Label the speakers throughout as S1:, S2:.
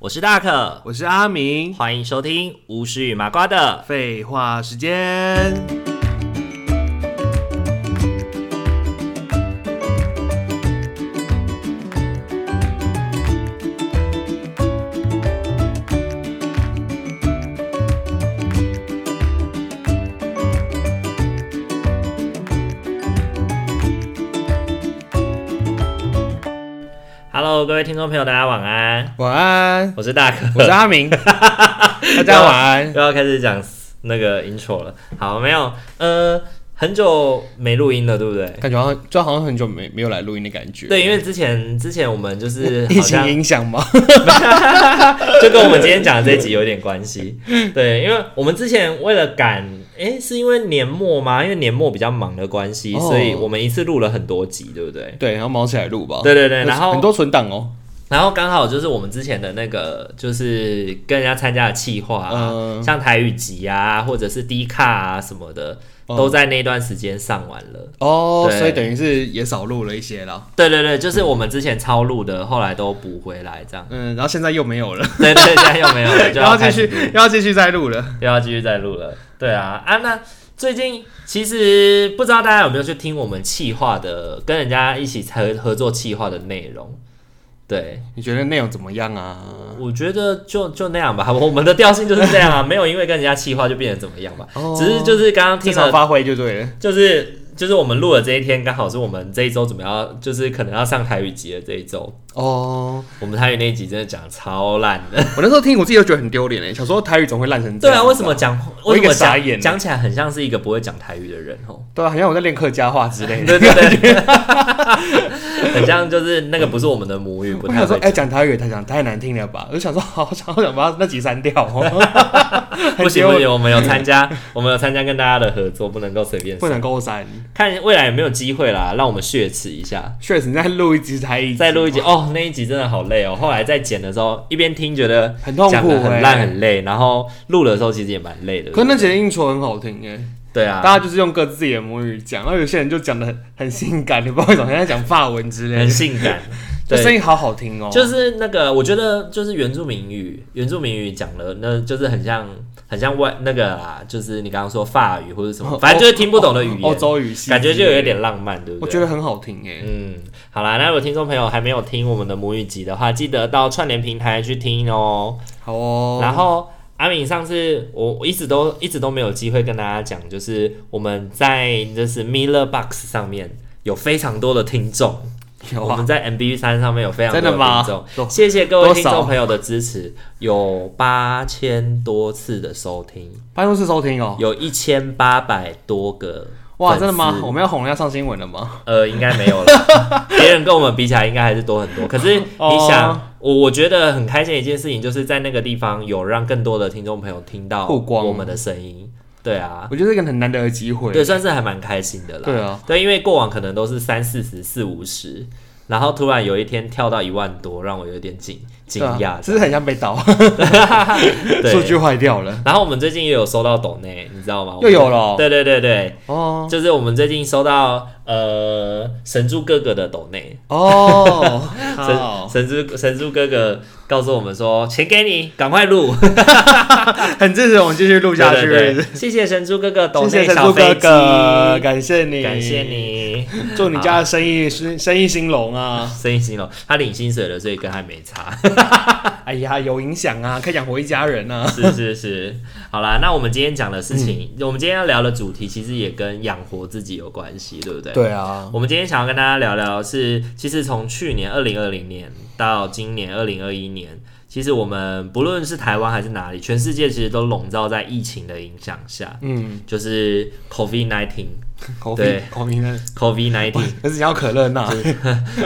S1: 我是大可，
S2: 我是阿明。
S1: 欢迎收听巫师与麻瓜的。
S2: 废话时间，
S1: Hello，各位听众朋友，大家晚安，
S2: 晚安，
S1: 我是大可，
S2: 我是阿 明，大家晚安。
S1: 又要开始讲那个 intro 了。好，没有，呃，很久没录音了，对不对？
S3: 感觉好像就好像很久没没有来录音的感觉。
S1: 对，因为之前之前我们 就是
S3: 疫
S1: 好
S3: 情
S1: 像
S3: 影响吗？
S1: 就跟我们今天讲的这一集有点关 系。对，因为我们之前为了赶，诶，是因为年末吗？因为年末比较忙的关系，
S3: 哦
S1: 所以我们一次录了很多集，对不对？
S3: 对，然后忙起来录吧。
S1: 对对对，然后
S3: 哦很多存档哦。
S1: 然后刚好就是我们之前的那个，就是跟人家参加的企划、啊，
S3: 嗯
S1: 像台语集啊，或者是 D 卡啊什么的，
S3: 哦
S1: 都在那段时间上完了。
S3: 哦，
S1: 对
S3: 所以等于是也少录了一些啦。。
S1: 对对对，就是我们之前超录的，后来都补回来这样
S3: 嗯，然后现在又没有了，
S1: 对对，对现在又没有了，就
S3: 然后
S1: 要
S3: 继
S1: 开始
S3: 续又要继续再录了。
S1: 又要继续再录了。对啊，啊，那最近其实不知道大家有没有去听我们企划的，跟人家一起合合作企划的内容。对，
S3: 你觉得内容怎么样啊？
S1: 我觉得就就那样吧， 我们的调性就是这样啊，没有因为跟人家气话就变成怎么样吧，
S3: 哦
S1: 只是就是刚刚
S3: 正
S1: 听
S3: 常
S1: 了，
S3: 发挥就对了。
S1: 就是就是我们录的这一天，刚好是我们这一周准备要，就是可能要上台语集的这一周，
S3: 哦，
S1: 我们台语那一集真的讲得超烂的，
S3: 我那时候听我自己都觉得很丢脸哎，小时候台语总会烂成这
S1: 对
S3: 样。
S1: 啊，为什么？讲
S3: 我
S1: 为什
S3: 一个
S1: 么
S3: 傻眼
S1: 讲讲
S3: 了
S1: 起来很像是一个不会讲台语的人 哦？
S3: 对啊，好像我在练客家话之类的。
S1: 对对对，很像就是那个不是我们的母语，不
S3: 我
S1: 太
S3: 想说，
S1: 会
S3: 哎，
S1: 讲。
S3: 讲台语太讲太难听了吧？ 我就想说，好好想好想把那集删掉 哦。很
S1: 不行
S3: 丢
S1: 不
S3: 脸
S1: 行，我们有参加，我们有参加跟大家的合作，不能够随便
S3: 不能够删。
S1: 看未来有没有机会啦，让我们血池一下，
S3: 确实，你再录一集台语，
S1: 再录一集哦。那一集真的好累哦，后来在剪的时候一边听觉得
S3: 很痛苦
S1: 讲得很
S3: 欸
S1: 烂很累，然后录的时候其实也蛮累的。
S3: 可是那
S1: 对不
S3: 几
S1: 对
S3: 个印戳很好听哎、
S1: 对啊，
S3: 大家就是用各自自己的母语讲，然后有些人就讲的很很性感，你不知道为什么现在讲法文之类
S1: 很
S3: 的，
S1: 性 感，
S3: 就声
S1: 对。
S3: 音好好听哦、
S1: 就是那个，我觉得就是原住民语，原住民语讲了，那就是很像很像外那个啦，就是你刚刚说法语或者什
S3: 哦
S1: 么，反正就是听不懂的语
S3: 欧
S1: 言，
S3: 洲语系，
S1: 感觉就有一，点浪漫，对不对？
S3: 哦我觉得很好听哎、
S1: 嗯，好啦，那如果听众朋友还没有听我们的母语集的话，记得到串联平台去听哦。
S3: 好哦，
S1: 然后阿敏上次我我一直都一直都没有机会跟大家讲，就是我们在就是 Miller Box 上面有非常多的听众，
S3: 有
S1: 我们
S3: 啊，
S1: 在 MB 三上面有非常多
S3: 真的吗
S1: 听众，
S3: 多
S1: 谢谢各位
S3: 多
S1: 听
S3: 少
S1: 众朋友的支持，有八千多次的收听，
S3: 办公室收听哦、
S1: 有一千八百多个。
S3: 哇，真的吗？我们要红了要上新闻了吗？
S1: 呃，应该没有了。 别人跟我们比起来，应该还是多很多。可是你想，
S3: 哦
S1: 我我觉得很开心的一件事情，就是在那个地方有让更多的听众朋友听到
S3: 曝光
S1: 我们的声音。对啊，
S3: 我觉得这个很难得的机会，
S1: 对，算是还蛮开心的啦。
S3: 对啊，
S1: 对，因为过往可能都是三四十、四五十，然后突然有一天跳到一万多，让我有点惊惊
S3: 对啊
S1: 讶。
S3: 只是很像被盗， 数据
S1: 对。
S3: 坏掉了
S1: 然后我们最近也有收到抖内，你知道吗？
S3: 又有了哦
S1: 对对对对，
S3: 哦
S1: 就是我们最近收到呃神助哥哥的抖内，
S3: 哦，
S1: 神
S3: 好，
S1: 神之神之哥哥告诉我们说，钱给你，赶快 录
S3: 很支持我们继续录下去，
S1: 对对 对谢谢神猪哥哥，懂
S3: 谢谢
S1: 内
S3: 神
S1: 小
S3: 猪
S1: 飞
S3: 哥
S1: 机，
S3: 哥，感谢你，
S1: 感谢你。 啊
S3: 祝你家的生意生生意兴隆啊！
S1: 生意兴隆，他领薪水了，所以跟他没差。
S3: 哎呀，有影响啊，可以养活一家人啊。
S1: 是是是，好啦，那我们今天讲的事情，
S3: 嗯
S1: 我们今天要聊的主题其实也跟养活自己有关系，对不对？。
S3: 对啊，
S1: 我们今天想要跟大家聊聊是，其实从去年二零二零年到今年二零二一年，其实我们不论是台湾还是哪里，全世界其实都笼罩在疫情的影响下。
S3: 嗯，
S1: 就是 COVID nineteen
S3: 口
S1: 对
S3: 鼻口鼻呢？
S1: COVID nineteen
S3: 可是你要可乐 那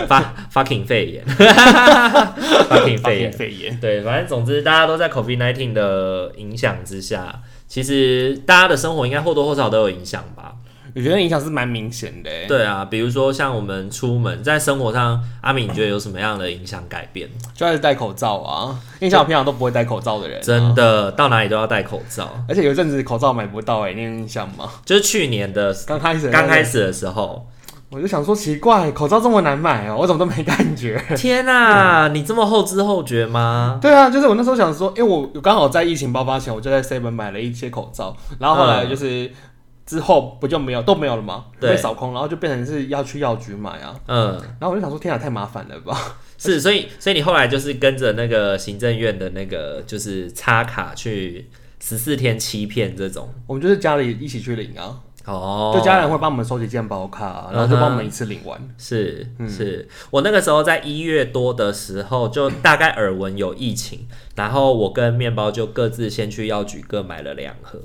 S1: 发 fucking 肺 炎，fucking 肺炎。
S3: 肺炎，
S1: 对，反正总之大家都在 COVID nineteen 的影响之下，其实大家的生活应该或多或少都有影响吧。
S3: 我觉得影响是蛮明显的欸。
S1: 对啊，比如说像我们出门，在生活上，阿敏你觉得有什么样的影响改变？
S3: 就开始戴口罩啊，印象我平常都不会戴口罩的人，啊
S1: 真。的到哪里都要戴口罩，
S3: 而且欸有一阵子口罩买不到哎，你有印象吗？
S1: 就是去年的
S3: 刚开始，
S1: 刚开，始的时候，
S3: 我就想说奇怪，口罩这么难买哦，我怎么都没感觉。
S1: 天哪、你这么后知后觉吗？
S3: 对啊，就是我那时候想说，因为我我刚好在疫情爆发前，我就在 Seven 买了一些口罩，然后后来就是、之后不就没有都没有了嘛，
S1: 嗯对
S3: 被扫空，然后就变成是要去药局买啊。
S1: 嗯，
S3: 然后我就想说，天啊，太麻烦了吧？
S1: 是，所以所以你后来就是跟着那个行政院的那个就是插卡去十四天欺骗这种
S3: 我们就是家里一起去领啊，
S1: 哦，嗯
S3: 就家人会帮我们收集健保卡、啊，然后就帮我们一次领完。
S1: 是是，我那个时候在一月多的时候，就大概耳闻有疫情，然后我跟面包就各自先去药局各买了两盒，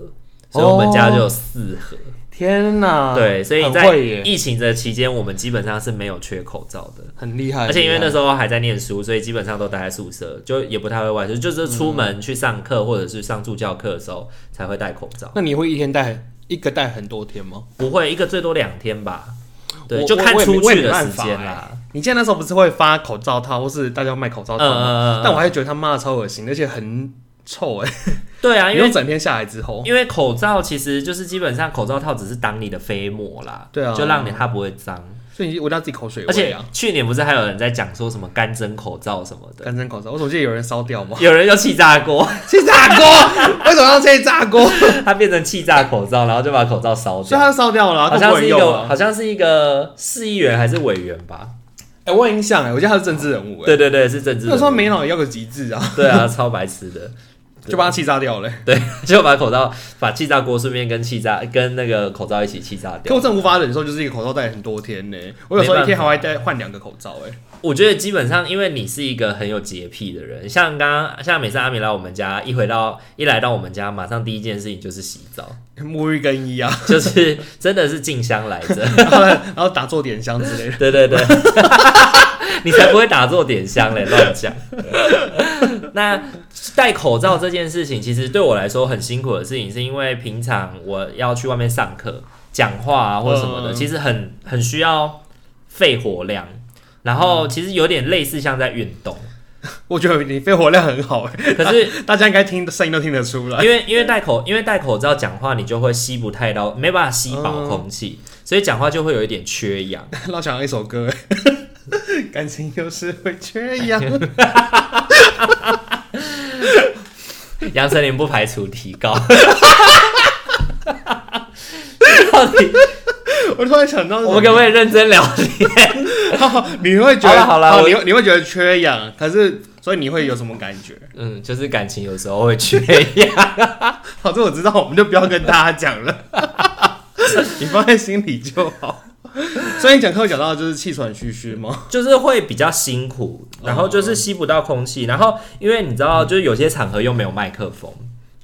S1: 所以我们家就有四盒。
S3: 天哪！
S1: 对，所以
S3: 啊很
S1: 在
S3: 会耶，哎
S1: 疫情的期间，我们基本上是没有缺口罩的。
S3: 很厉害。
S1: 而且因为那时
S3: 候，
S1: 候还在念书，所以基本上都待在宿舍，就也不太会外出，就是出门去上课或者是上助教课的时候才会戴口罩。
S3: 那你会一天戴一个戴很多天吗？
S1: 不会，一个最多两天吧。对，
S3: 我
S1: 就
S3: 我
S1: 看
S3: 我也
S1: 出
S3: 没我
S1: 去
S3: 也没
S1: 的
S3: 办
S1: 时
S3: 法
S1: 间
S3: 欸
S1: 啦。
S3: 你记得那时候不是会发口罩套，或是大家卖口罩
S1: 嗯
S3: 套吗？
S1: 嗯嗯，
S3: 哎但我还觉得他妈的超恶心，而且很臭哎、
S1: 对啊，因
S3: 因
S1: 为
S3: 为整天下来之后，
S1: 因为口罩其实就是基本上口罩套只是挡你的飞沫啦，
S3: 对啊
S1: 就让你它不会脏。
S3: 所以你闻到自己口水
S1: 而且
S3: 味啊，
S1: 去年不是还有人在讲说什么干蒸口罩什么的，
S3: 干蒸口罩。我总记得有人烧 掉吗？
S1: 有人就气炸锅，
S3: 气炸锅？ 为什么要气炸锅？
S1: 它变成气炸口罩，然后就把口罩烧
S3: 所以
S1: 掉。
S3: 它烧掉了啊，
S1: 好
S3: 都
S1: 像
S3: 不
S1: 是
S3: 能
S1: 一
S3: 用
S1: 个，
S3: 了。
S1: 好像是一个市议员还是委员吧？
S3: 哎、我有印象哎、我记得他是政治人物哎、
S1: 对对对，是政治人物。
S3: 那时候没脑也要个极致啊，
S1: 对啊，超白痴的。
S3: 就把它气炸掉了、欸
S1: 对，就把口罩、把气炸锅顺便跟气炸跟那个口罩一起气炸
S3: 可
S1: 掉
S3: 我。真的无法忍受，就是一个口罩戴很多天呢、我有时候一天还会戴换两个口罩哎、
S1: 我觉得基本上，因为你是一个很有洁癖的人，像刚刚像每次阿米来我们家，一回到一来到我们家，马上第一件事情就是洗澡，
S3: 沐浴更衣啊，
S1: 就是真的是静香来着，
S3: 然后然后打坐点香之类的。
S1: 对对对， 你才不会打坐点香嘞，乱 讲。那戴口罩这件事情，其实对我来说很辛苦的事情，是因为平常我要去外面上课、讲话啊或什么的，
S3: 嗯
S1: 其实很很需要肺活量，然后其实有点类似像在运动。
S3: 我觉得你肺活量很好哎、
S1: 可是
S3: 大家应该听声音都听得出来。
S1: 因为因为戴口因为戴口罩讲话，你就会吸不太到，没办法吸饱空气，所以讲话就会有一点缺氧。
S3: 老想到一 首歌欸，感情有时会缺氧。
S1: 杨丞琳不排除提高。 到底
S3: 我突然想到，
S1: 我们可不可以认真聊？
S3: 你会觉得
S1: 好了好了我
S3: 你会你会觉得缺氧，可是所以你会有什么感觉？
S1: 嗯，就是感情有时候会缺 氧。
S3: 好，这我知道，我们就不要跟大家讲了， 你放在心里就好。所以你讲课有讲到就是气喘吁吁吗？
S1: 就是会比较辛苦，然后就是吸不到空气，然后因为你知道，就是有些场合又没有麦克风，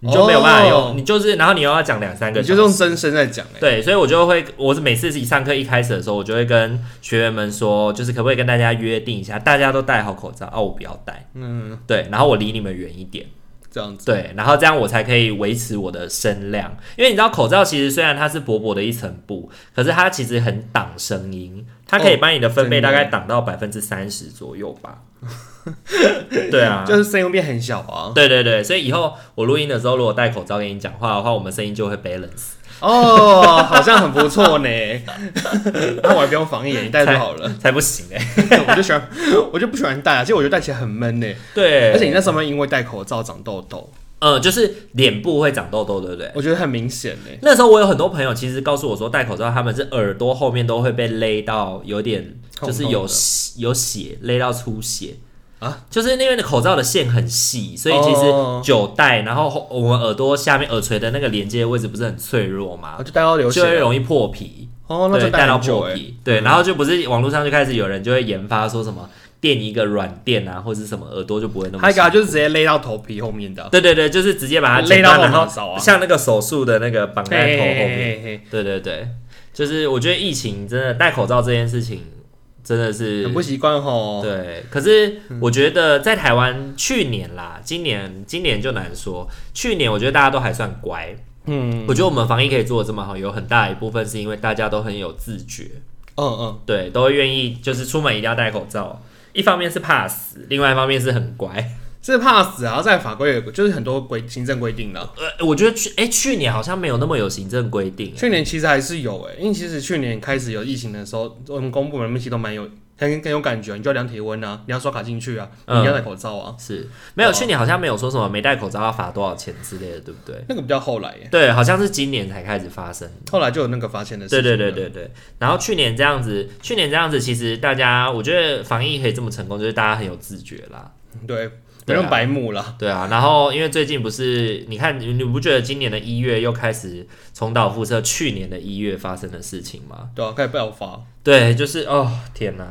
S1: 你就没有办法用，
S3: 哦
S1: 你就是然后你又要讲两三个
S3: 你
S1: 小
S3: 就
S1: 时，
S3: 用真声在讲哎、
S1: 对，所以我就会，我是每次一上课一开始的时候，我就会跟学员们说，就是可不可以跟大家约定一下，大家都戴好口罩，啊，我不要戴，
S3: 嗯，
S1: 对，然后我离你们远一点，
S3: 这样子。
S1: 对，然后这样我才可以维持我的声量，因为你知道口罩其实虽然它是薄薄的一层布，可是它其实很挡声音，它可以
S3: 哦
S1: 把你的分贝大
S3: 真的
S1: 概挡到百分之三十左右 吧。对啊，
S3: 就是声音会变很小啊！
S1: 对对对，所以以后我录音的时候，如果戴口罩跟你讲话的话，我们声音就会 balance，
S3: 哦，好像很不 错呢。那我还不用防眼，你戴就好了。
S1: 才不行哎、
S3: 我就喜欢，我就不喜欢戴啊。其实我觉得戴起来很闷呢、
S1: 对，
S3: 而且你那时候因为戴口罩长痘痘，
S1: 呃，就是脸部会长痘痘，对不对？
S3: 我觉得很明显欸呢、
S1: 那时候我有很多朋友，其实告诉我说，戴口罩他们是耳朵后面都会被勒到，有点就
S3: 痛痛的
S1: 是有血有血勒到出血
S3: 啊，
S1: 就是因为口罩的线很细，所以其实
S3: 哦
S1: 久戴，然后后我们耳朵下面耳垂的那个连接的位置不是很脆弱吗
S3: 啊我？就戴到流血
S1: 就会
S3: 了。
S1: 容易破皮，
S3: 哦，那
S1: 对，
S3: 就
S1: 戴到
S3: 很久
S1: 破
S3: 哎、
S1: 皮，对，然后就不是网络上就开始有人就会研发说什么垫一个软垫啊，或者是什么耳朵就不会那么
S3: 还有一
S1: 细
S3: 个啊就是直接勒到头皮后面的啊，
S1: 对对对，就是直接把它
S3: 勒到
S1: 剪断
S3: 后脑
S1: 然
S3: 勺
S1: 后
S3: 啊
S1: 像那个手术的那个绑
S3: 嘿
S1: 在
S3: 嘿
S1: 头后面。
S3: 嘿嘿
S1: 对对对，就是我觉得疫情真的戴口罩这件事情真的
S3: 嘿
S1: 是
S3: 很不嗯习惯哦吼。
S1: 对，可是我觉得在台湾去年啦，今年今年就难说。去年我觉得大家都还算乖，
S3: 嗯
S1: 我觉得我们防疫可以做的这么好，有很大一部分是因为大家都很有自觉，
S3: 嗯嗯，
S1: 对，都会愿意就是出门一定要戴口罩。一方面是怕死，另外一方面是很乖，
S3: 是怕死啊，然后在法规有就是很多规行政规定的啊、
S1: 呃，我觉得去哎、去年好像没有那么有行政规定、
S3: 去年其实还是有诶、因为其实去年开始有疫情的时候，我们公部门其实都蛮有很很有感觉，你就要量体温啊，你要刷卡进去啊，你
S1: 嗯
S3: 要戴口罩啊，
S1: 是没有，
S3: 哦
S1: 去年好像没有说什么没戴口罩要罚多少钱之类的，对不对？
S3: 那个比较后来耶、欸
S1: 对，好像是今年才开始发生。
S3: 后来就有那个罚钱的事
S1: 对
S3: 情。
S1: 对对。对对。然后去年这样子，去年这样子，其实大家我觉得防疫可以这么成功，就是大家很有自觉啦。
S3: 对，不
S1: 对啊
S3: 用白目了。
S1: 对啊，然后因为最近不是，你看你你不觉得今年的一月又开始重蹈覆辙去年的一月发生的事情吗？
S3: 对啊，开始爆发。
S1: 对，就是哦，天哪！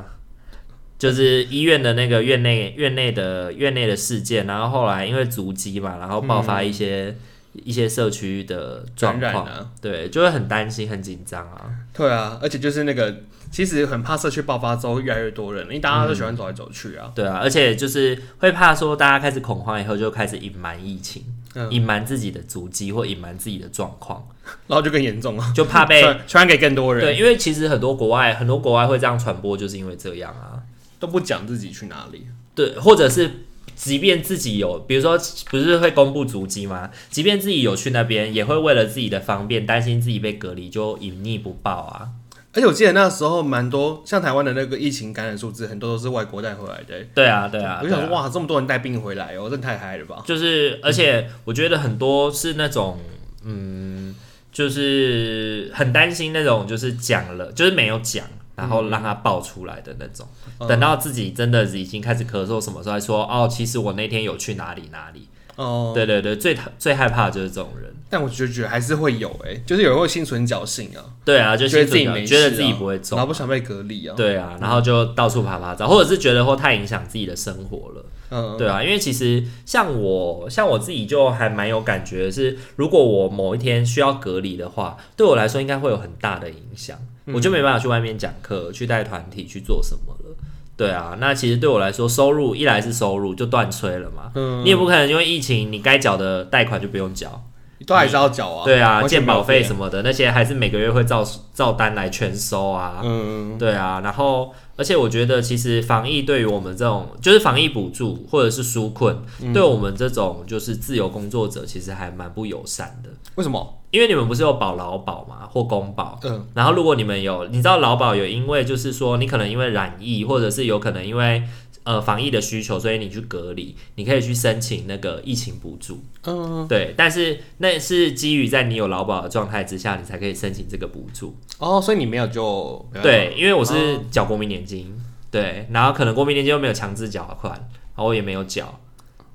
S1: 就是医院的那个院内、院内的院内的事件，然后后来因为足迹嘛，然后爆发一些、一些社区的状
S3: 传染
S1: 况，
S3: 啊
S1: 对，就会很担心、很紧张啊。
S3: 对啊，而且就是那个，其实很怕社区爆发之后越来越多人，因为大家都喜欢走来走去啊。
S1: 对啊，而且就是会怕说大家开始恐慌以后，就开始隐瞒疫情，
S3: 嗯，
S1: 隐瞒自己的足迹或隐瞒自己的状况，
S3: 然后就更严重啊，
S1: 就怕 被
S3: 传传染给更多人，
S1: 对，因为其实很多国外很多国外会这样传播，就是因为这样啊。
S3: 都不讲自己去哪里。
S1: 对，或者是即便自己有，比如说不是会公布足迹吗？即便自己有去那边，也会为了自己的方便，担心自己被隔离，就隐匿不报啊。
S3: 而且我记得那时候蛮多，像台湾的那个疫情感染数字，很多都是外国带回来的、
S1: 对啊，对啊，
S3: 我就
S1: 对
S3: 想
S1: 啊
S3: 说，哇，这么多人带病回来哦，真的太嗨了吧！
S1: 就是而且我觉得很多是那种嗯，就是很担心那种就是讲了，就是没有讲。然后让它爆出来的那种，
S3: 嗯
S1: 等到自己真的已经开始咳嗽什么时候，还说哦，其实我那天有去哪里哪里。
S3: 哦、
S1: 对对对，最讨最害怕的就是这种人。
S3: 但我就觉得还是会有哎、就是有人会心存侥幸啊，
S1: 对啊，就
S3: 觉得
S1: 心
S3: 自己
S1: 存
S3: 没
S1: 觉
S3: 事啊
S1: 得自己不会中
S3: 然，后不想被隔离啊。
S1: 对啊，然后就到处爬爬照，或者是觉得或太影响自己的生活了，
S3: 嗯，
S1: 对啊，因为其实像我像我自己就还蛮有感觉的是，如果我某一天需要隔离的话，对我来说应该会有很大的影响，
S3: 嗯
S1: 我就没办法去外面讲课、去带团体、去做什么了。对啊，那其实对我来说，收入一来是收入就断吹了嘛，
S3: 嗯
S1: 你也不可能因为疫情你该缴的贷款就不用缴，
S3: 都还是要缴啊。
S1: 对啊，
S3: 完全
S1: 健保
S3: 没有
S1: 费
S3: 啊
S1: 什么的那些还是每个月会照照单来全收啊，
S3: 嗯，
S1: 对啊，然后而且我觉得，其实防疫对于我们这种就是防疫补助或者是纾困，对我们这种就是自由工作者，其实还蛮不友善的。
S3: 为什么？
S1: 因为你们不是有保劳保嘛，或公保，
S3: 嗯，
S1: 然后如果你们有，你知道劳保有因为就是说你可能因为染疫，或者是有可能因为呃防疫的需求，所以你去隔离，你可以去申请那个疫情补助。
S3: 嗯，
S1: 对，但是那是基于在你有劳保的状态之下，你才可以申请这个补助。
S3: 哦，所以你没有就没办法，
S1: 对，因为我是
S3: 哦
S1: 缴国民年金，对，然后可能国民年金又没有强制缴款，然后我也没有缴，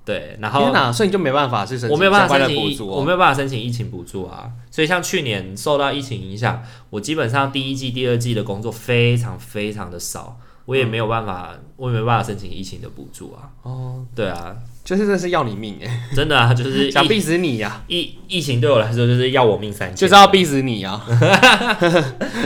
S1: 对，然后
S3: 天哪，所以你就没办法去申请
S1: 我没有办法
S3: 相
S1: 申请
S3: 关的补
S1: 疫，
S3: 助
S1: 我
S3: 哦。
S1: 没有办法申请疫情补助啊，所以像去年受到疫情影响，我基本上第一季、第二季的工作非常非常的少，我也没有办法，我也没有办法申请疫情的补助啊，
S3: 哦，
S1: 对啊，
S3: 就是真的是要你命哎，
S1: 真的啊，就是
S3: 想
S1: 疫
S3: 逼死你呀，
S1: 疫疫情对我来说就是要我命三千，
S3: 就是要逼死 你呀，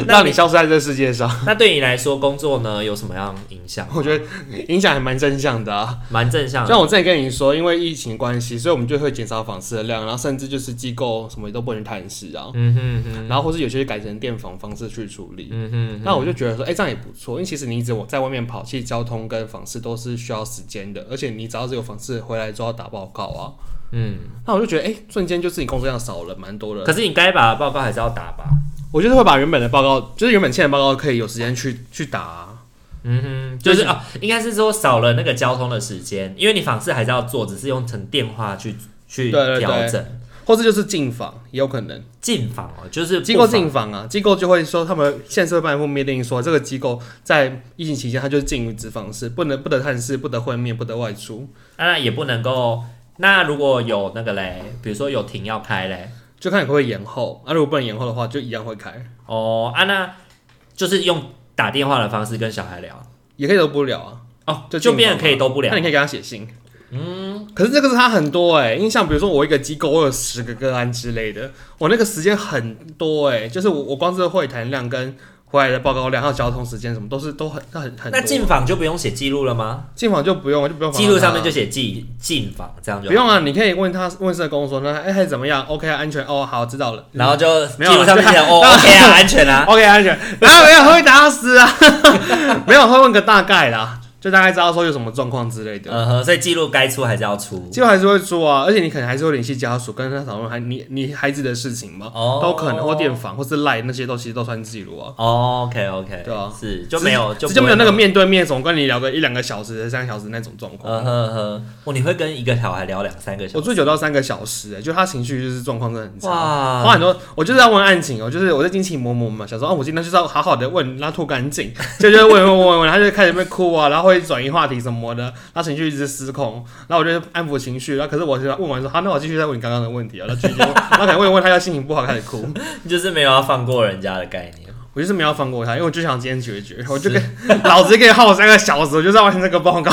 S3: 让你消失在这世界上。
S1: 那对你来说工作呢有什么样影响？
S3: 我觉得影响还蛮正向的啊。
S1: 蛮正向的
S3: 像我之前跟你说，因为疫情关系，所以我们就会减少访视的量，然后甚至就是机构什么都不能探视啊，
S1: 嗯哼嗯哼
S3: 然后或是有些改成电访方式去处理。
S1: 嗯哼。
S3: 那我就觉得说，哎、这样也不错，因为其实你一直我在外面跑，其实交通跟访视都是需要时间的，而且你只要是有访视回来之后要打报告啊，
S1: 嗯，
S3: 那我就觉得，哎、瞬间就是你工作量少了蛮多的。
S1: 可是你该把的报告还是要打吧？
S3: 我就是会把原本的报告，就是原本欠的报告，可以有时间去去打啊、
S1: 嗯哼，就是啊，应该是说少了那个交通的时间，因为你访视还是要做，只是用成电话去去
S3: 对对对
S1: 调整
S3: 或是就是进访也有可能。
S1: 进访哦，就是不
S3: 机构
S1: 访
S3: 进访啊，机构就会说他们现在是会颁布命令说，这个机构在疫情期间，它就是禁于执访室，不能不得探视，不得会面，不得外出，
S1: 那也不能够。那如果有那个嘞，比如说有庭要开嘞，
S3: 就看你会不会延后。啊，如果不能延后的话，就一样会开，
S1: 哦啊，那就是用打电话的方式跟小孩聊
S3: 也可以都不了啊。
S1: 哦，
S3: 就
S1: 就
S3: 进
S1: 变得
S3: 访
S1: 可以都不聊
S3: 那你可以给他写信。嗯，可是这个是他很多哎、因为像比如说我一个机构，我有十个个案之类的，我那个时间很多哎、就是我我光是会谈量跟回来的报告量，还有交通时间什么，都是都很很很多。
S1: 那进访就不用写记录了吗？
S3: 进访就不用，就不用
S1: 记录上面
S3: 就
S1: 就写进进访，这样就
S3: 不
S1: 好
S3: 用啊，你可以问他问社工说，那哎、还怎么样？OK 啊安全哦，好知道了。
S1: 然后就记
S3: 没有啊
S1: 录上面写 哦
S3: 那
S1: ，OK 啊，安全啊，
S3: OK 安全，啊没有会打死啊，没有会问个大概啦，就大概知道说有什么状况之类的。
S1: 嗯哼，所以记录该出还是要出。
S3: 结果还是会出啊，而且你可能还是会联系家属，跟他讨论孩你你孩子的事情嘛，
S1: 哦
S3: 都可能或电访或是赖那些都其实都算记录啊，
S1: 哦 OK OK，
S3: 对啊
S1: 是就没有
S3: 只
S1: 就是不
S3: 就没有
S1: 会
S3: 那个面对面，总跟你聊个一两个小时、三个小时那种状况。
S1: 嗯哼哼，哦，你会跟一个小孩聊两三个小
S3: 我
S1: 时？
S3: 最久到三个小时、欸，就他情绪就是状况真的很差。
S1: 哇，
S3: 花很多，我就是要问案情，我就是我在惊奇摸摸嘛，想说啊，我今天就是要好好的问，让他吐干净，就就问问问问，他就开始被哭啊，然后会转移话题什么的，他情绪一直失控，然后我就安抚情绪，然后可是我就问完说，好、那我继续再问你刚刚的问题啊，然后继续问，然后可能问一问他要心情不好开始哭，
S1: 就是没有要放过人家的概念。
S3: 我就是没有放过他，因为我就想今天解决，我就跟 老子可以耗我三个小时，我就是要完成这个报告，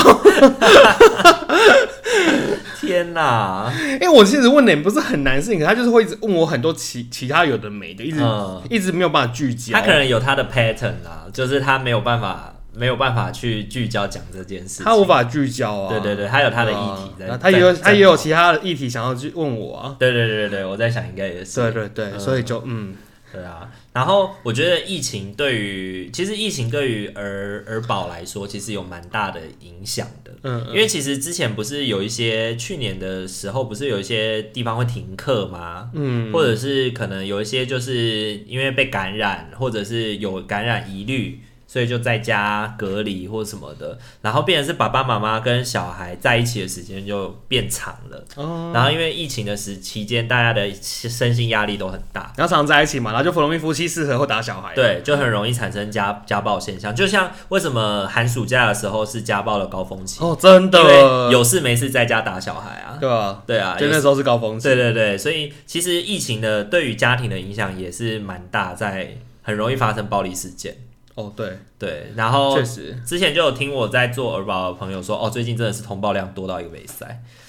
S1: 天 哪，
S3: 因为我其实问的也不是很难的事情，可他就是会一直问我很多其其他有的没的，一直、
S1: 嗯
S3: 一直没有办法聚焦，
S1: 他可能有他的 pattern 啦，就是他没有办法没有办法去聚焦讲这件事情。
S3: 他无法聚焦啊，
S1: 对对对，他有他的议
S3: 对啊
S1: 题在。
S3: 然后他也有
S1: 在
S3: 他也有。其他的议题想要去问我啊。
S1: 对对对对对，我在想应该也是。
S3: 对对对，
S1: 嗯
S3: 所以就嗯，
S1: 对啊，然后我觉得疫情对于，其实疫情对于儿儿保来说，其实有蛮大的影响的。
S3: 嗯
S1: 因为其实之前不是有一些去年的时候，不是有一些地方会停课吗？
S3: 嗯，
S1: 或者是可能有一些就是因为被感染，或者是有感染疑虑，所以就在家隔离或什么的，然后变成是爸爸妈妈跟小孩在一起的时间就变长了。
S3: 哦
S1: 然后因为疫情的时期间，大家的身心压力都很大，
S3: 然后常常在一起嘛，然后就不容易夫妻适合或打小孩。，
S1: 对，就很容易产生家家暴现象。就像为什么寒暑假的时候是家暴的高峰期，
S3: 哦，真
S1: 因
S3: 的
S1: 为有事没事在家打小孩啊。
S3: 对吧？
S1: 对啊，
S3: 就
S1: 有
S3: 那时候是高峰期
S1: 对。对对，所以其实疫情的对于家庭的影响也是蛮大，在很容易发生暴力事件。
S3: 哦，对，
S1: 对，然后
S3: 确实。
S1: 之前就有听我在做儿保的朋友说，哦，最近真的是通报量多到一个没塞，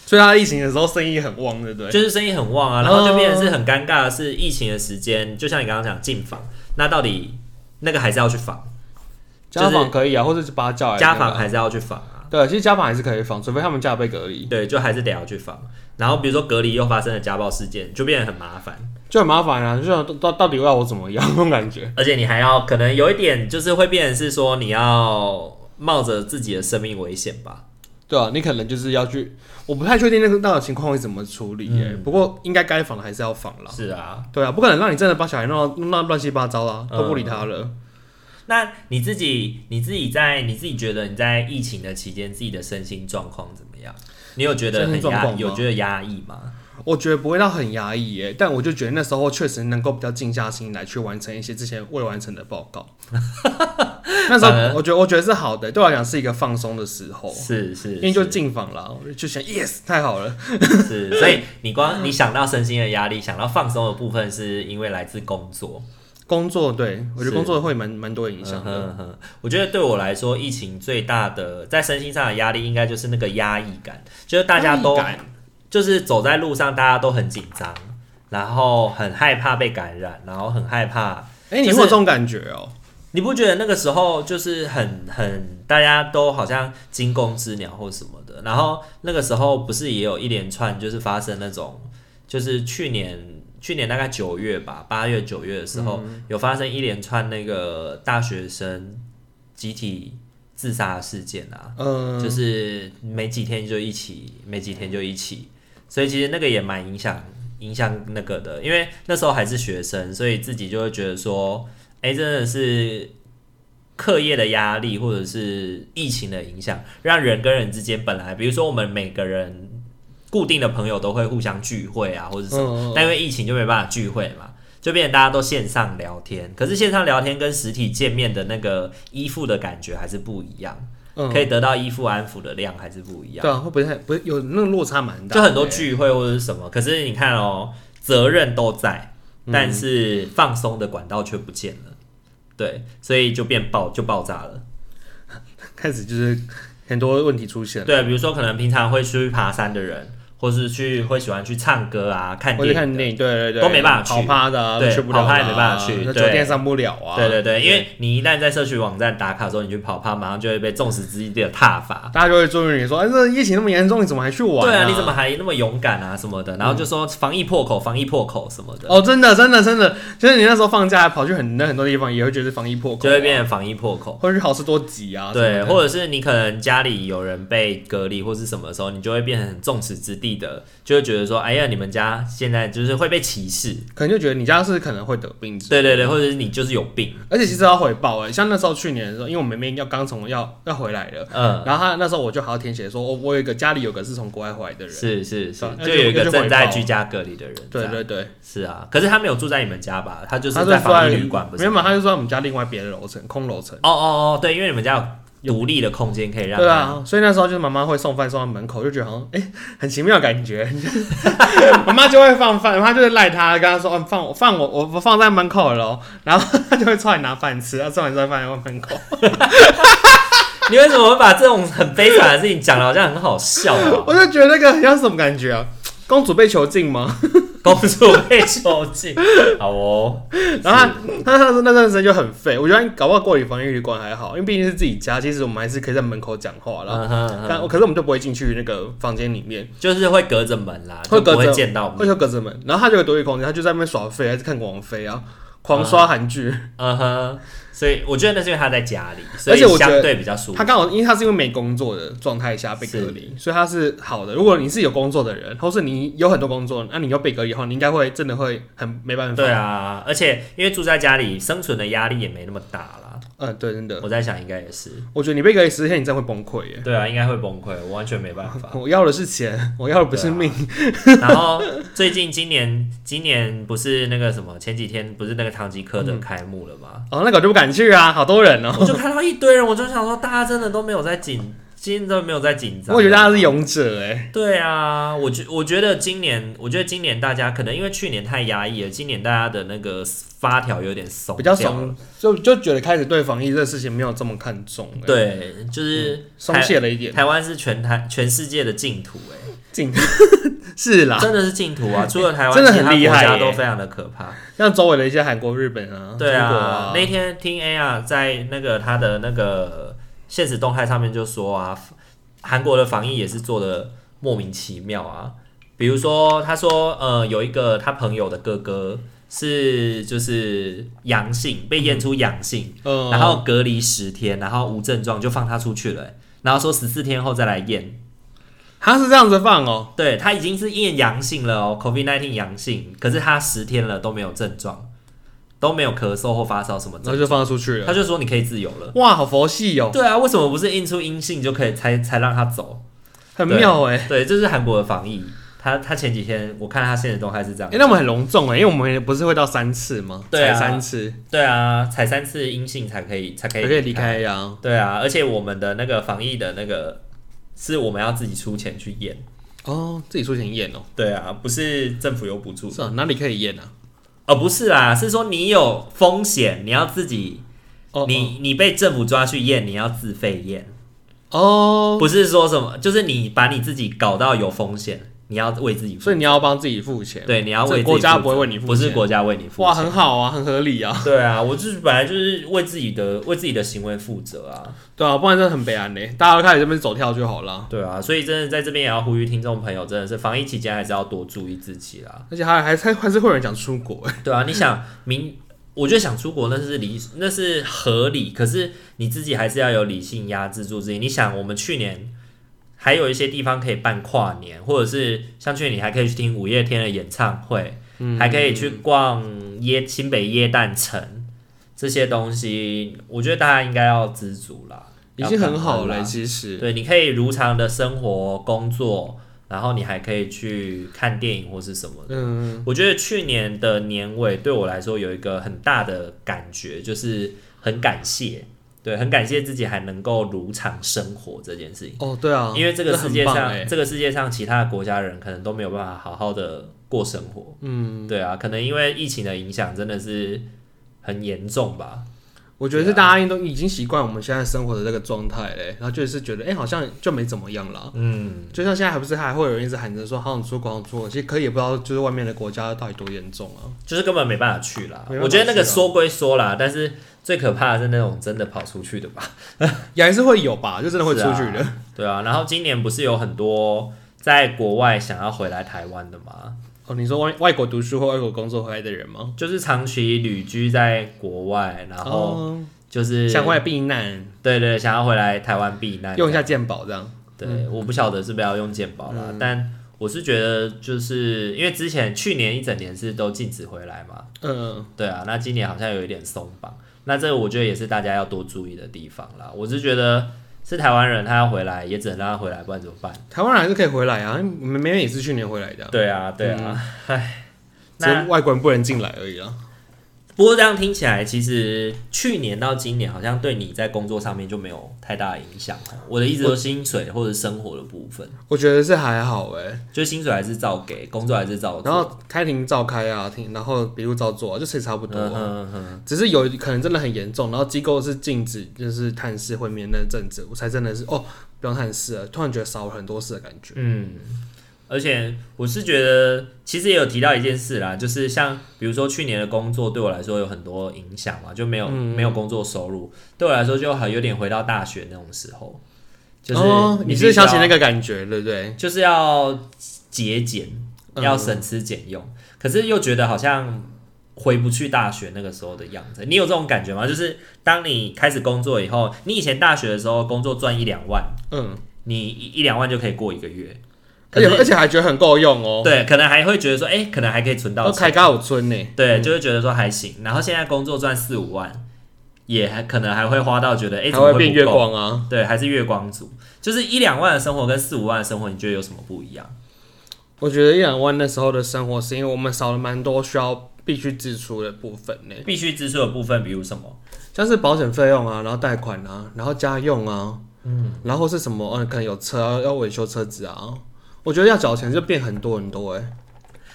S3: 所以他疫情的时候生意很旺，对不对？
S1: 就是生意很旺啊，然后就变成是很尴尬的是疫情的时间，就像你刚刚讲进房，那到底那个还是要去访，就是
S3: 家访可以啊，或者是把他叫来
S1: 家
S3: 那个
S1: 访还是要去访啊？
S3: 对，其实家访还是可以放，除非他们家有被隔离，
S1: 对，就还是得要去访。然后比如说隔离又发生了家暴事件，就变得很麻烦，
S3: 就很麻烦啊。就想到到底要我怎么样那种感觉。
S1: 而且你还要可能有一点就是会变成是说你要冒着自己的生命危险吧。
S3: 对啊，你可能就是要去，我不太确定那个到底情况会怎么处理耶、不过应该该放的还是要放啦。
S1: 是啊，
S3: 对啊，不可能让你真的把小孩弄到弄到乱七八糟啦，
S1: 嗯
S3: 都不理他了。
S1: 那你自己你自己在你自己觉得你在疫情的期间自己的身心状况怎么样？你有觉得
S3: 身
S1: 很
S3: 心状
S1: 压
S3: 况吗
S1: 有觉得压抑吗？
S3: 我觉得不会到很压抑耶，但我就觉得那时候确实能够比较静下心来去完成一些之前未完成的报 告。那时候
S1: 反而
S3: 我觉得我觉得是好的，对我来讲是一个放松的时候，
S1: 是是，
S3: 哦因为就是进访啦，我就想 yes 太好了。
S1: 是，所以你光你想到身心的压力，想到放松的部分，是因为来自工作。
S3: 工作对我觉
S1: 是
S3: 得工作会蛮蛮多影响的，
S1: 嗯哼哼，我觉得对我来说，疫情最大的在身心上的压力，应该就是那个压抑感，就是大家都
S3: 压抑感
S1: 就是走在路上，大家都很紧张，然后很害怕被感染，然后很害怕。
S3: 哎、你
S1: 就
S3: 会
S1: 是
S3: 有这种感觉哦、
S1: 你不觉得那个时候就是很很大家都好像惊弓之鸟或什么的？然后那个时候不是也有一连串就是发生那种，就是去年去年大概九月吧，八月九月的时候、有发生一连串那个大学生集体自杀的事件啊，
S3: 嗯，
S1: 就是没几天就一起，没几天就一起，所以其实那个也蛮影响影响那个的，因为那时候还是学生，所以自己就会觉得说，哎、真的是课业的压力或者是疫情的影响，让人跟人之间本来，比如说我们每个人固定的朋友都会互相聚会啊，或者什么，
S3: 嗯嗯嗯
S1: 但因为疫情就没办法聚会嘛。就变成大家都线上聊天，可是线上聊天跟实体见面的那个依附的感觉还是不一样。
S3: 嗯
S1: 可以得到依附安抚的量还是不一样
S3: 对。啊，会不会太不会有那个落差蛮大的
S1: 就
S3: 耶，
S1: 很多聚会或者是什么，可是你看哦，责任都在，
S3: 嗯
S1: 但是放松的管道却不见了。对，所以就变爆就爆炸了。
S3: 开始就是很多问题出现了。
S1: 对，比如说可能平常会出去爬山的人，或是去会喜欢去唱歌啊、看
S3: 我
S1: 电
S3: 去
S1: 影。
S3: 看电影，对对对，
S1: 都没办法去
S3: 跑趴的、啊，
S1: 对
S3: 去不了、啊，
S1: 跑趴也没办法去
S3: 那
S1: 对
S3: 酒店上不了啊。
S1: 对对对，因为你一旦在社区网站打卡的时候，你去跑趴，马上就会被众矢之的踏伐。
S3: 大家就会注意你说，哎，这疫情那么严重，你怎么还去玩、
S1: 对
S3: 啊，
S1: 啊，你怎么？还那么勇敢啊什么的？然后就说防疫破口，防疫破口什么的，
S3: 哦，真的，真的，真的，就是你那时候放假跑去很那很多地方，也会觉得防疫破口、
S1: 就会变，成防疫破口。
S3: 或者去好事多挤啊，
S1: 对，
S3: 什么的
S1: 或者是你可能家里有人被隔离或是什么的时候，你就会变成很众矢之的的，就会觉得说，哎呀，你们家现在就是会被歧视，
S3: 可能就觉得你家是可能会得病之类的
S1: 对对对，或者是你就是有病，
S3: 而且其实要回报哎、像那时候去年的时候，因为我妹妹要刚从要要回来了，
S1: 嗯，
S3: 然后她那时候我就好好填写说，哦，我有一个家里有个是从国外回来的人，
S1: 是是是
S3: 对，那
S1: 就
S3: 就
S1: 有一个
S3: 那就回
S1: 正在
S3: 报
S1: 居家隔离的人，这
S3: 对
S1: 样
S3: 对对，
S1: 是啊，可是他没有住在你们家吧？他就是
S3: 她就
S1: 在
S3: 说
S1: 防疫
S3: 在
S1: 旅馆，不
S3: 没
S1: 是
S3: 有
S1: 吗？
S3: 嘛，她就说我们家另外别的楼层空楼层，
S1: 哦哦哦，对，因为你们家有独立的空间可以让
S3: 对
S1: 他，
S3: 啊，所以那时候就是妈妈会送饭送到门口，就觉得好像哎、很奇妙的感觉， 妈妈就会放饭，妈就会赖她，跟她说，哦、放我放我我我放在门口了哦，然后她就会出来拿饭吃，她吃完之后放在门口，
S1: 你为什么会把这种很悲惨的事情讲的好像很好笑啊？
S3: 我就觉得那个很像什么感觉啊？公主被囚禁 吗？
S1: 公主被囚禁，好哦，
S3: 然后他他那段时间就很废，我觉得搞不好过里防疫旅馆还好，因为毕竟是自己家，其实我们还是可以在门口讲话啦。
S1: 嗯哼嗯哼
S3: 但可是我们就不会进去那个房间里面，
S1: 就是会隔着门啦，
S3: 会
S1: 就不
S3: 隔
S1: 会
S3: 着
S1: 见到
S3: 会
S1: 面。
S3: 有隔着门，然后他就有独立空间，他就在那边耍废，还是看王菲啊，狂刷韩剧。
S1: 嗯哼，所以我觉得那是因为他在家里，所以
S3: 而且我觉
S1: 相
S3: 得
S1: 对比较舒服
S3: 他。刚好因为他是因为没工作的状态下被隔离，所以他是好的。如果你是有工作的人，或是你有很多工作，那你又被隔离后，你应该会真的会很没办法。
S1: 对，啊，而且因为住在家里，生存的压力也没那么大啦。
S3: 嗯，对，真的，
S1: 我在想，应该也是。
S3: 我觉得你被隔离十天，你真的会崩溃耶。
S1: 对啊，应该会崩溃，我完全没办
S3: 。
S1: 法
S3: 我要的是钱，我要的不是
S1: 对啊
S3: 命。
S1: 然后最近今年，今年不是那个什么，前几天不是那个唐吉诃德开幕了吗？
S3: 哦，那个我就不敢去啊，好多人哦。
S1: 我就看到一堆人，我就想说，大家真的都没有在紧，今天都没有在紧张。
S3: 我觉得大家是勇者哎、
S1: 对啊，我觉我觉得今年，我觉得今年大家可能因为去年太压抑了，今年大家的那个发条有点松，
S3: 比较。怂，就就觉得开始对防疫这个事情没有这么看重、欸，，
S1: 对，就是
S3: 嗯松懈了一点。
S1: 台湾是全台全世界的净土、欸，
S3: 进 是啦，
S1: 真的是净土啊！除了台湾，
S3: 真的很
S1: 其
S3: 厉
S1: 他
S3: 害
S1: 国家都
S3: 耶
S1: 非常的可怕。
S3: 像周围的一些韩国、日本啊，
S1: 对
S3: 中国
S1: 啊
S3: 啊，
S1: 那天听 A R 在那个他的那个现实动态上面就说啊，韩国的防疫也是做的莫名其妙啊。比如说，他说，呃，有一个他朋友的哥哥是就是阳性，被验出阳性，
S3: 嗯，
S1: 然后隔离十天，然后无症状就放他出去了欸、然后说十四天后再来验。
S3: 他是这样子放哦、
S1: 对他已经是验阳性了哦，COVID nineteen 阳性，可是他十天了都没有症状，都没有咳嗽或发烧什么症
S3: 然后就放出去了。
S1: 他就说你可以自由了。
S3: 哇，好佛系哦、
S1: 对啊，为什么不是印出阴性就可以才才让他走？
S3: 很妙哎、欸。
S1: 对，这是韩国的防疫。他他前几天我看他现实动态是这样
S3: 哎、，那我们很隆重哎、因为我们不是会到三次吗？
S1: 对啊
S3: 才三次，
S1: 对啊，才三次阴性才可以才可
S3: 才
S1: 以
S3: 可以离。开呀、
S1: 对啊，而且我们的那个防疫的那个是我们要自己出钱去验。
S3: 哦，自己出钱验哦、
S1: 对啊，不是政府有补助
S3: 是啊，哪里可以验啊？
S1: 哦，不是啦，是说你有风险，你要自己，
S3: 哦，
S1: 你你被政府抓去验，你要自费验，
S3: 哦，
S1: 不是说什么，就是你把你自己搞到有风险，你要为自己负责
S3: 所以你要帮自己付钱。
S1: 对，你要为
S3: 这
S1: 自己
S3: 国家
S1: 负责
S3: 不会为你付
S1: 不是
S3: 钱
S1: 国家为你付
S3: 哇，
S1: 钱。
S3: 很好啊，很合理啊。
S1: 对啊，我就是本来就是为自己的为自己的行为负责啊，
S3: 对啊，不然真的很悲哀呢。大家都开始这边走跳就好了，
S1: 对啊，所以真的在这边也要呼吁听众朋友，真的是防疫期间还是要多注意自己啦。
S3: 而且还还还还是会有人想出国哎、
S1: 对啊，你想明，我觉得想出国那是理那是合理，可是你自己还是要有理性压制住自己。你想，我们去年还有一些地方可以办跨年，或者是像去年你还可以去听五月天的演唱会，
S3: 嗯
S1: 还可以去逛耶新北耶诞城这些东西，我觉得大家应该要知足啦，
S3: 已经很
S1: 要
S3: 好
S1: 感
S3: 了、欸
S1: 恩啦
S3: 其实。
S1: 对，你可以如常的生活、工作，然后你还可以去看电影或是什么的。
S3: 嗯，
S1: 我觉得去年的年尾对我来说有一个很大的感觉，就是很感谢，对，很感谢自己还能够如常生活这件事情。
S3: 哦，对啊，
S1: 因为这个世界上，
S3: 这很棒哎
S1: 这个世界上其他的国家人可能都没有办法好好的过生活。嗯，对啊，可能因为疫情的影响真的是很严重吧。
S3: 我觉得是大家都已经习惯我们现在生活的这个状态嘞，然后就是觉得哎、好像就没怎么样啦。
S1: 嗯，
S3: 就像现在还不是还会有人一直喊着说好想出国，好想出国，其实可以也不知道就是外面的国家到底多严重啊。
S1: 就是根本没办法去啦
S3: 没办。法
S1: 我觉得那个
S3: 去啊啦
S1: 说归说啦，但是最可怕的是那种真的跑出去的吧。
S3: 也还是会有吧，就真的会出去的。
S1: 对啊，然后今年不是有很多在国外想要回来台湾的吗？
S3: 哦，你说外外国读书或外国工作回来的人吗？
S1: 就是长期旅居在国外，然后
S3: 哦，
S1: 就是
S3: 想回来避难，
S1: 对对，想要回来台湾避难，
S3: 用一下鉴宝这样。
S1: 对，我不晓得是不是要用健保啦，
S3: 嗯
S1: 但我是觉得就是因为之前去年一整年是都禁止回来嘛，
S3: 嗯，
S1: 对啊，那今年好像有一点松绑，那这个我觉得也是大家要多注意的地方啦。我是觉得是台湾人，他要回来也只能让他回来，不然怎么办？
S3: 台湾人还是可以回来啊，我们妹妹也是去年回来的啊，
S1: 对啊，对啊，唉，
S3: 只
S1: 那
S3: 是外国人不能进来而已啊。
S1: 不过这样听起来，其实去年到今年好像对你在工作上面就没有太大的影响哦。我的意思说薪水或者生活的部分，
S3: 我觉得是还好哎、
S1: 就薪水还是照给，工作还是照做。
S3: 然后开庭照开啊，庭然后笔录照做、啊，就其实差不多
S1: 嗯哼
S3: 啊、
S1: 嗯哼，
S3: 只是有可能真的很严重，然后机构是禁止就是探视会面那阵子，我才真的是哦，不用探视了，突然觉得少了很多事的感觉。
S1: 嗯，而且我是觉得，其实也有提到一件事啦，就是像比如说去年的工作对我来说有很多影响嘛，就没有、
S3: 嗯
S1: 没有工作收入，对我来说就很有点回到大学那种时候，就是、
S3: 哦，你是
S1: 必须要
S3: 想起那个感觉，对不对？
S1: 就是要节俭，
S3: 嗯
S1: 要省吃俭用，可是又觉得好像回不去大学那个时候的样子。你有这种感觉吗？就是当你开始工作以后，你以前大学的时候工作赚一两万，
S3: 嗯，
S1: 你一一两万就可以过一个月，可
S3: 而且而
S1: 是
S3: 且还觉得很够用哦，
S1: 对，可能还会觉得说，哎、可能还可以存到
S3: 都
S1: 钱，
S3: 开高有村呢。
S1: 对，就会觉得说还行。然后现在工作赚四五万，也还可能还会花到觉得，哎、
S3: 还
S1: 怎么
S3: 会
S1: 不
S3: 变月
S1: 够，
S3: 光啊！
S1: 对，还是月光族，就是一两万的生活跟四五万的生活，你觉得有什么不一样？
S3: 我觉得一两万那时候的生活，是因为我们少了蛮多需要必须支出的部分呢，
S1: 必须支出的部分，比如什么？
S3: 像是保险费用啊，然后贷款啊，然后家用啊，嗯，然后是什么？嗯，可能有车啊要维修车子啊，我觉得要缴钱就变很多很多哎。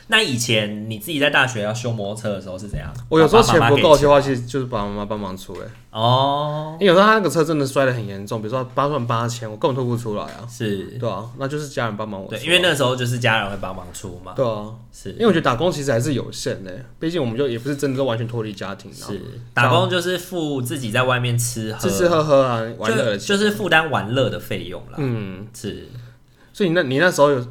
S1: 那以前你自己在大学要修摩托车的时候是怎样？
S3: 我有时候
S1: 爸
S3: 钱
S1: 爸妈妈
S3: 不
S1: 给
S3: 够的话，其实就是爸爸妈妈帮忙出哎，
S1: 哦，
S3: 因为有时候他那个车真的摔得很严重，比如说八万八千，我根本吐不出来啊。
S1: 是
S3: 对啊，那就是家人帮忙我出啊。
S1: 对，因为那时候就是家人会帮忙出嘛，
S3: 对啊，
S1: 是
S3: 因为我觉得打工其实还是有限的，欸毕竟我们就也不是真的都完全脱离家庭啊。
S1: 是，打工就是付自己在外面吃喝，
S3: 吃吃喝喝啊，玩乐
S1: 就
S3: 的钱
S1: 就是负担玩乐的费用啦，
S3: 嗯，
S1: 是。
S3: 所以你那你那时候有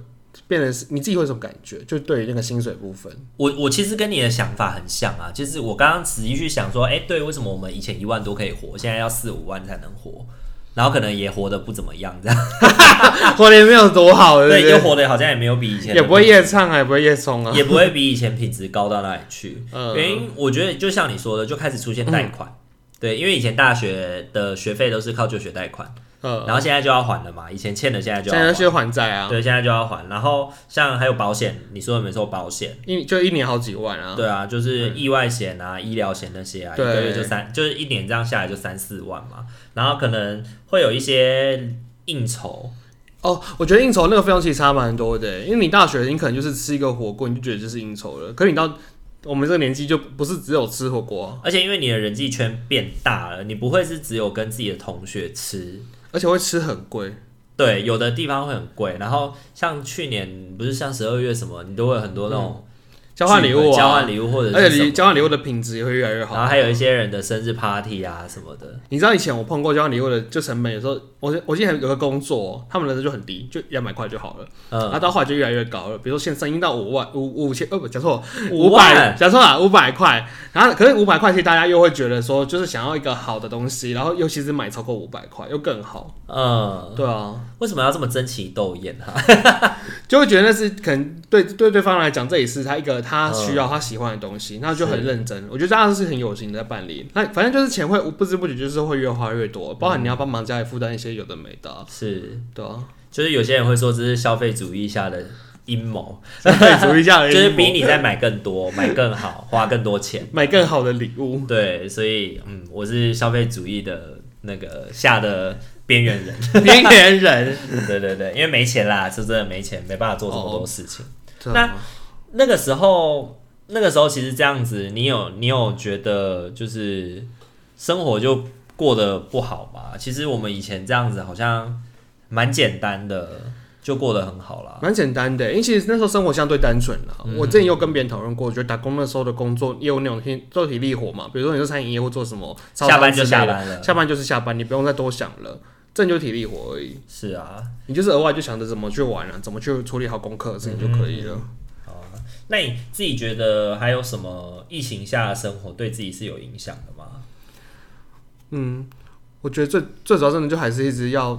S3: 变得是你自己会有什么感觉？就对于那个薪水部分，
S1: 我我其实跟你的想法很像啊，就是我刚刚仔细去想说，哎、对，为什么我们以前一万多可以活，现在要四五万才能活，然后可能也活得不怎么样，这样
S3: 活得也没有多好，对
S1: 对，又
S3: 不
S1: 活得好像也没有比以前
S3: 对？也不会夜唱啊，也不会夜冲 啊。
S1: 也不会比以前品质高到哪里去。
S3: 嗯
S1: 原因我觉得就像你说的，就开始出现贷款。对，因为以前大学的学费都是靠就学贷款，
S3: 嗯，
S1: 然后现在就要还了嘛，以前欠的现在就
S3: 现
S1: 要
S3: 在
S1: 还，
S3: 是还债啊，
S1: 对，现在就要还。然后像还有保险，你说的没错，保险，
S3: 一就一年好几万啊。
S1: 对啊，就是意外险啊、医疗险那些啊，一
S3: 对
S1: 个月就三，就是一年这样下来就三四万嘛，然后可能会有一些应酬，
S3: 哦，我觉得应酬那个费用其实差蛮多的，欸因为你大学你可能就是吃一个火锅，你就觉得这是应酬了，可是你到我们这个年纪就不是只有吃火锅啊、
S1: 而且因为你的人际圈变大了，你不会是只有跟自己的同学吃，
S3: 而且会吃很贵。
S1: 对，有的地方会很贵，然后像去年不是像十二月什么，你都会有很多那种
S3: 嗯交换礼物、啊，
S1: 交换礼物或者
S3: 而
S1: 是
S3: 且
S1: 什
S3: 你
S1: 么，
S3: 交换礼物的品质也会越来越
S1: 然后
S3: 好。
S1: 还有一些人的生日 party 啊什么的，
S3: 你知道以前我碰过交换礼物的，就成本有时候，我我记得有个工作，他们的就很低，就两百块就好了，然后
S1: 嗯，
S3: 啊到后来就越来越高了，比如说现在已经到五万五五千，呃不，讲错，
S1: 五
S3: 五
S1: 万
S3: 百，讲错了，五百块。然后可是五百块，其实大家又会觉得说，就是想要一个好的东西，然后尤其是买超过五百块又更好，
S1: 嗯，
S3: 对啊，
S1: 为什么要这么争奇斗艳哈、
S3: 就会觉得那是可能对对对方来讲，这也是他一个他需要他喜欢的东西，那就很
S1: 是
S3: 认真。我觉得大家是很有心的在办理，那反正就是钱会不知不觉就是会越花越多，包含你要帮忙家里负担一些有的没的啊，
S1: 是，
S3: 对 啊，
S1: 就是有些人会说这是消费主义下的阴谋，
S3: 对，主一下而
S1: 就
S3: 已，
S1: 是逼你再买更多、买更好、花更多 钱。
S3: 买更好的礼物。
S1: 对，所以嗯，我是消费主义的那个下的边缘人。
S3: 边缘人，
S1: 对对对，因为没钱啦，是真的没钱，没办法做这么
S3: 哦
S1: 多事情。那
S3: 那
S1: 那个时候，那个时候其实这样子，你有你有觉得就是生活就过得不好嘛。其实我们以前这样子好像蛮简单的，就过得很好啦。
S3: 蛮简单的，因为其实那时候生活相对单纯啦。
S1: 嗯
S3: 我之前也有跟别人讨论过，我觉得打工那时候的工作业务那种体做体力活嘛，比如说你做餐饮业或做什么，超
S1: 下班
S3: 之
S1: 就
S3: 类
S1: 下
S3: 的，
S1: 班了，
S3: 下班就是下班，你不用再多想了，这就是体力活而已。
S1: 是啊。
S3: 你就是额外就想着怎么去玩啊，怎么去处理好功课的事情就可以
S1: 嗯
S3: 了。
S1: 那你自己觉得还有什么疫情下的生活对自己是有影响的吗？
S3: 我觉得最最主要真的就还是一直要，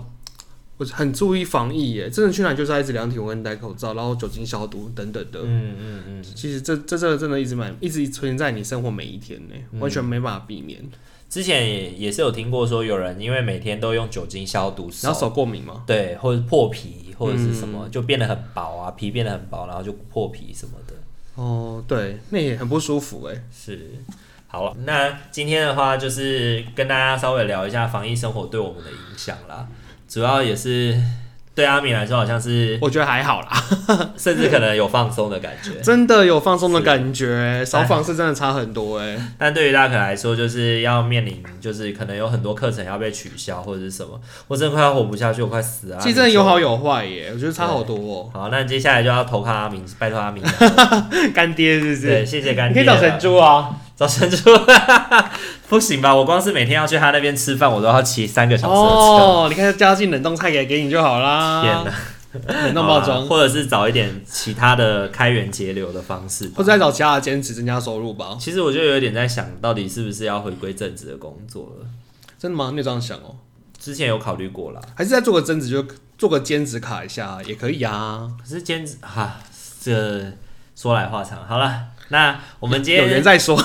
S3: 我很注意防疫耶，真的去哪里就是要一直量体温、戴口罩，然后酒精消毒等等的。
S1: 嗯嗯嗯。
S3: 其实这这这个真的一直蛮一直存在你生活每一天呢，
S1: 嗯
S3: 完全没办法避免。
S1: 之前也也是有听过说有人因为每天都用酒精消毒手，
S3: 然后手过敏嘛，
S1: 对，或者破皮或者是什
S3: 嗯
S1: 么，就变得很薄啊，皮变得很薄，然后就破皮什么的。
S3: 哦，对，那也很不舒服哎。
S1: 是，好了，那今天的话就是跟大家稍微聊一下防疫生活对我们的影响啦，主要也是对阿敏来说好像是
S3: 我觉得还好啦，
S1: 甚至可能有放松的感觉。
S3: 真的有放松的感 觉，少访是真的差很多 哎。
S1: 但对于大可来说，就是要面临，就是可能有很多课程要被取消或者是什么，我真的快要活不下去，我快死了。
S3: 其实真的有好有坏耶，我觉得差好多哦。
S1: 好，那接下来就要投靠阿明，拜托阿明了。
S3: 干爹是不是？
S1: 对，谢谢干
S2: 你
S1: 爹
S2: 可以找
S1: 了。
S2: 神猪
S3: 哦
S2: 啊，
S1: 找神猪， 不行吧？我光是每天要去他那边吃饭，我都要骑三个小时的车。
S3: 哦，你看加进冷冻菜给给你就好啦。
S1: 天哪，
S3: 冷冻包装，
S1: 或者是找一点其他的开源节流的方式吧。
S3: 或者再找其他的兼职增加收入吧。
S1: 其实我就有点在想，到底是不是要回归正职的工作了？
S3: 真的吗？你有这样想哦？
S1: 之前有考虑过啦，
S3: 还是再做个兼职，就做个兼职卡一下也可以啊。
S1: 可是兼职哈、这说来话长。好了，那我们今
S3: 有
S1: 天
S3: 缘再说。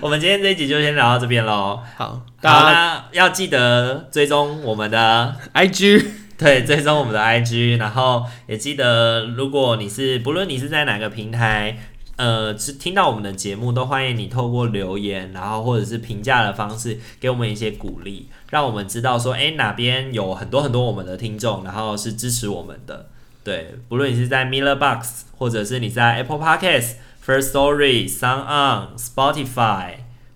S1: 我们今天这一集就先聊到这边喽。
S3: 好，
S1: 好，
S3: 大
S1: 那要记得追踪我们的
S3: 家 IG
S1: 对，追踪我们的 IG，然后也记得，如果你是不论你是在哪个平台，呃，只听到我们的节目，都欢迎你透过留言，然后或者是评价的方式，给我们一些鼓励，让我们知道说，哎，哪边有很多很多我们的听众，然后是支持我们的。对，不论你是在 Miller Box，或者是你在 Apple Podcasts、First Story、Sound On、Spotify，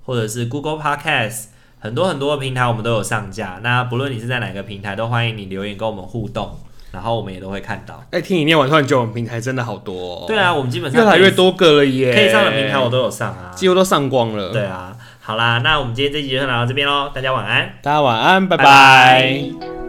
S1: 或者是 Google Podcasts。很多很多的平台我们都有上架。那不论你是在哪个平台，都欢迎你留言跟我们互动，然后我们也都会看到。
S3: 哎，听你念完，突然觉得我们平台真的好多、哦。
S1: 对，啊，我们 基本上
S3: 越来
S1: 可以
S3: 越多哎个了耶，
S1: 可以上的平台我都有上啊。
S3: 几乎都上光了。
S1: 对啊，好啦，那我们今天这集就先聊到这边喽，大家晚安，
S3: 大家晚安，拜
S1: 拜
S3: 拜
S1: 拜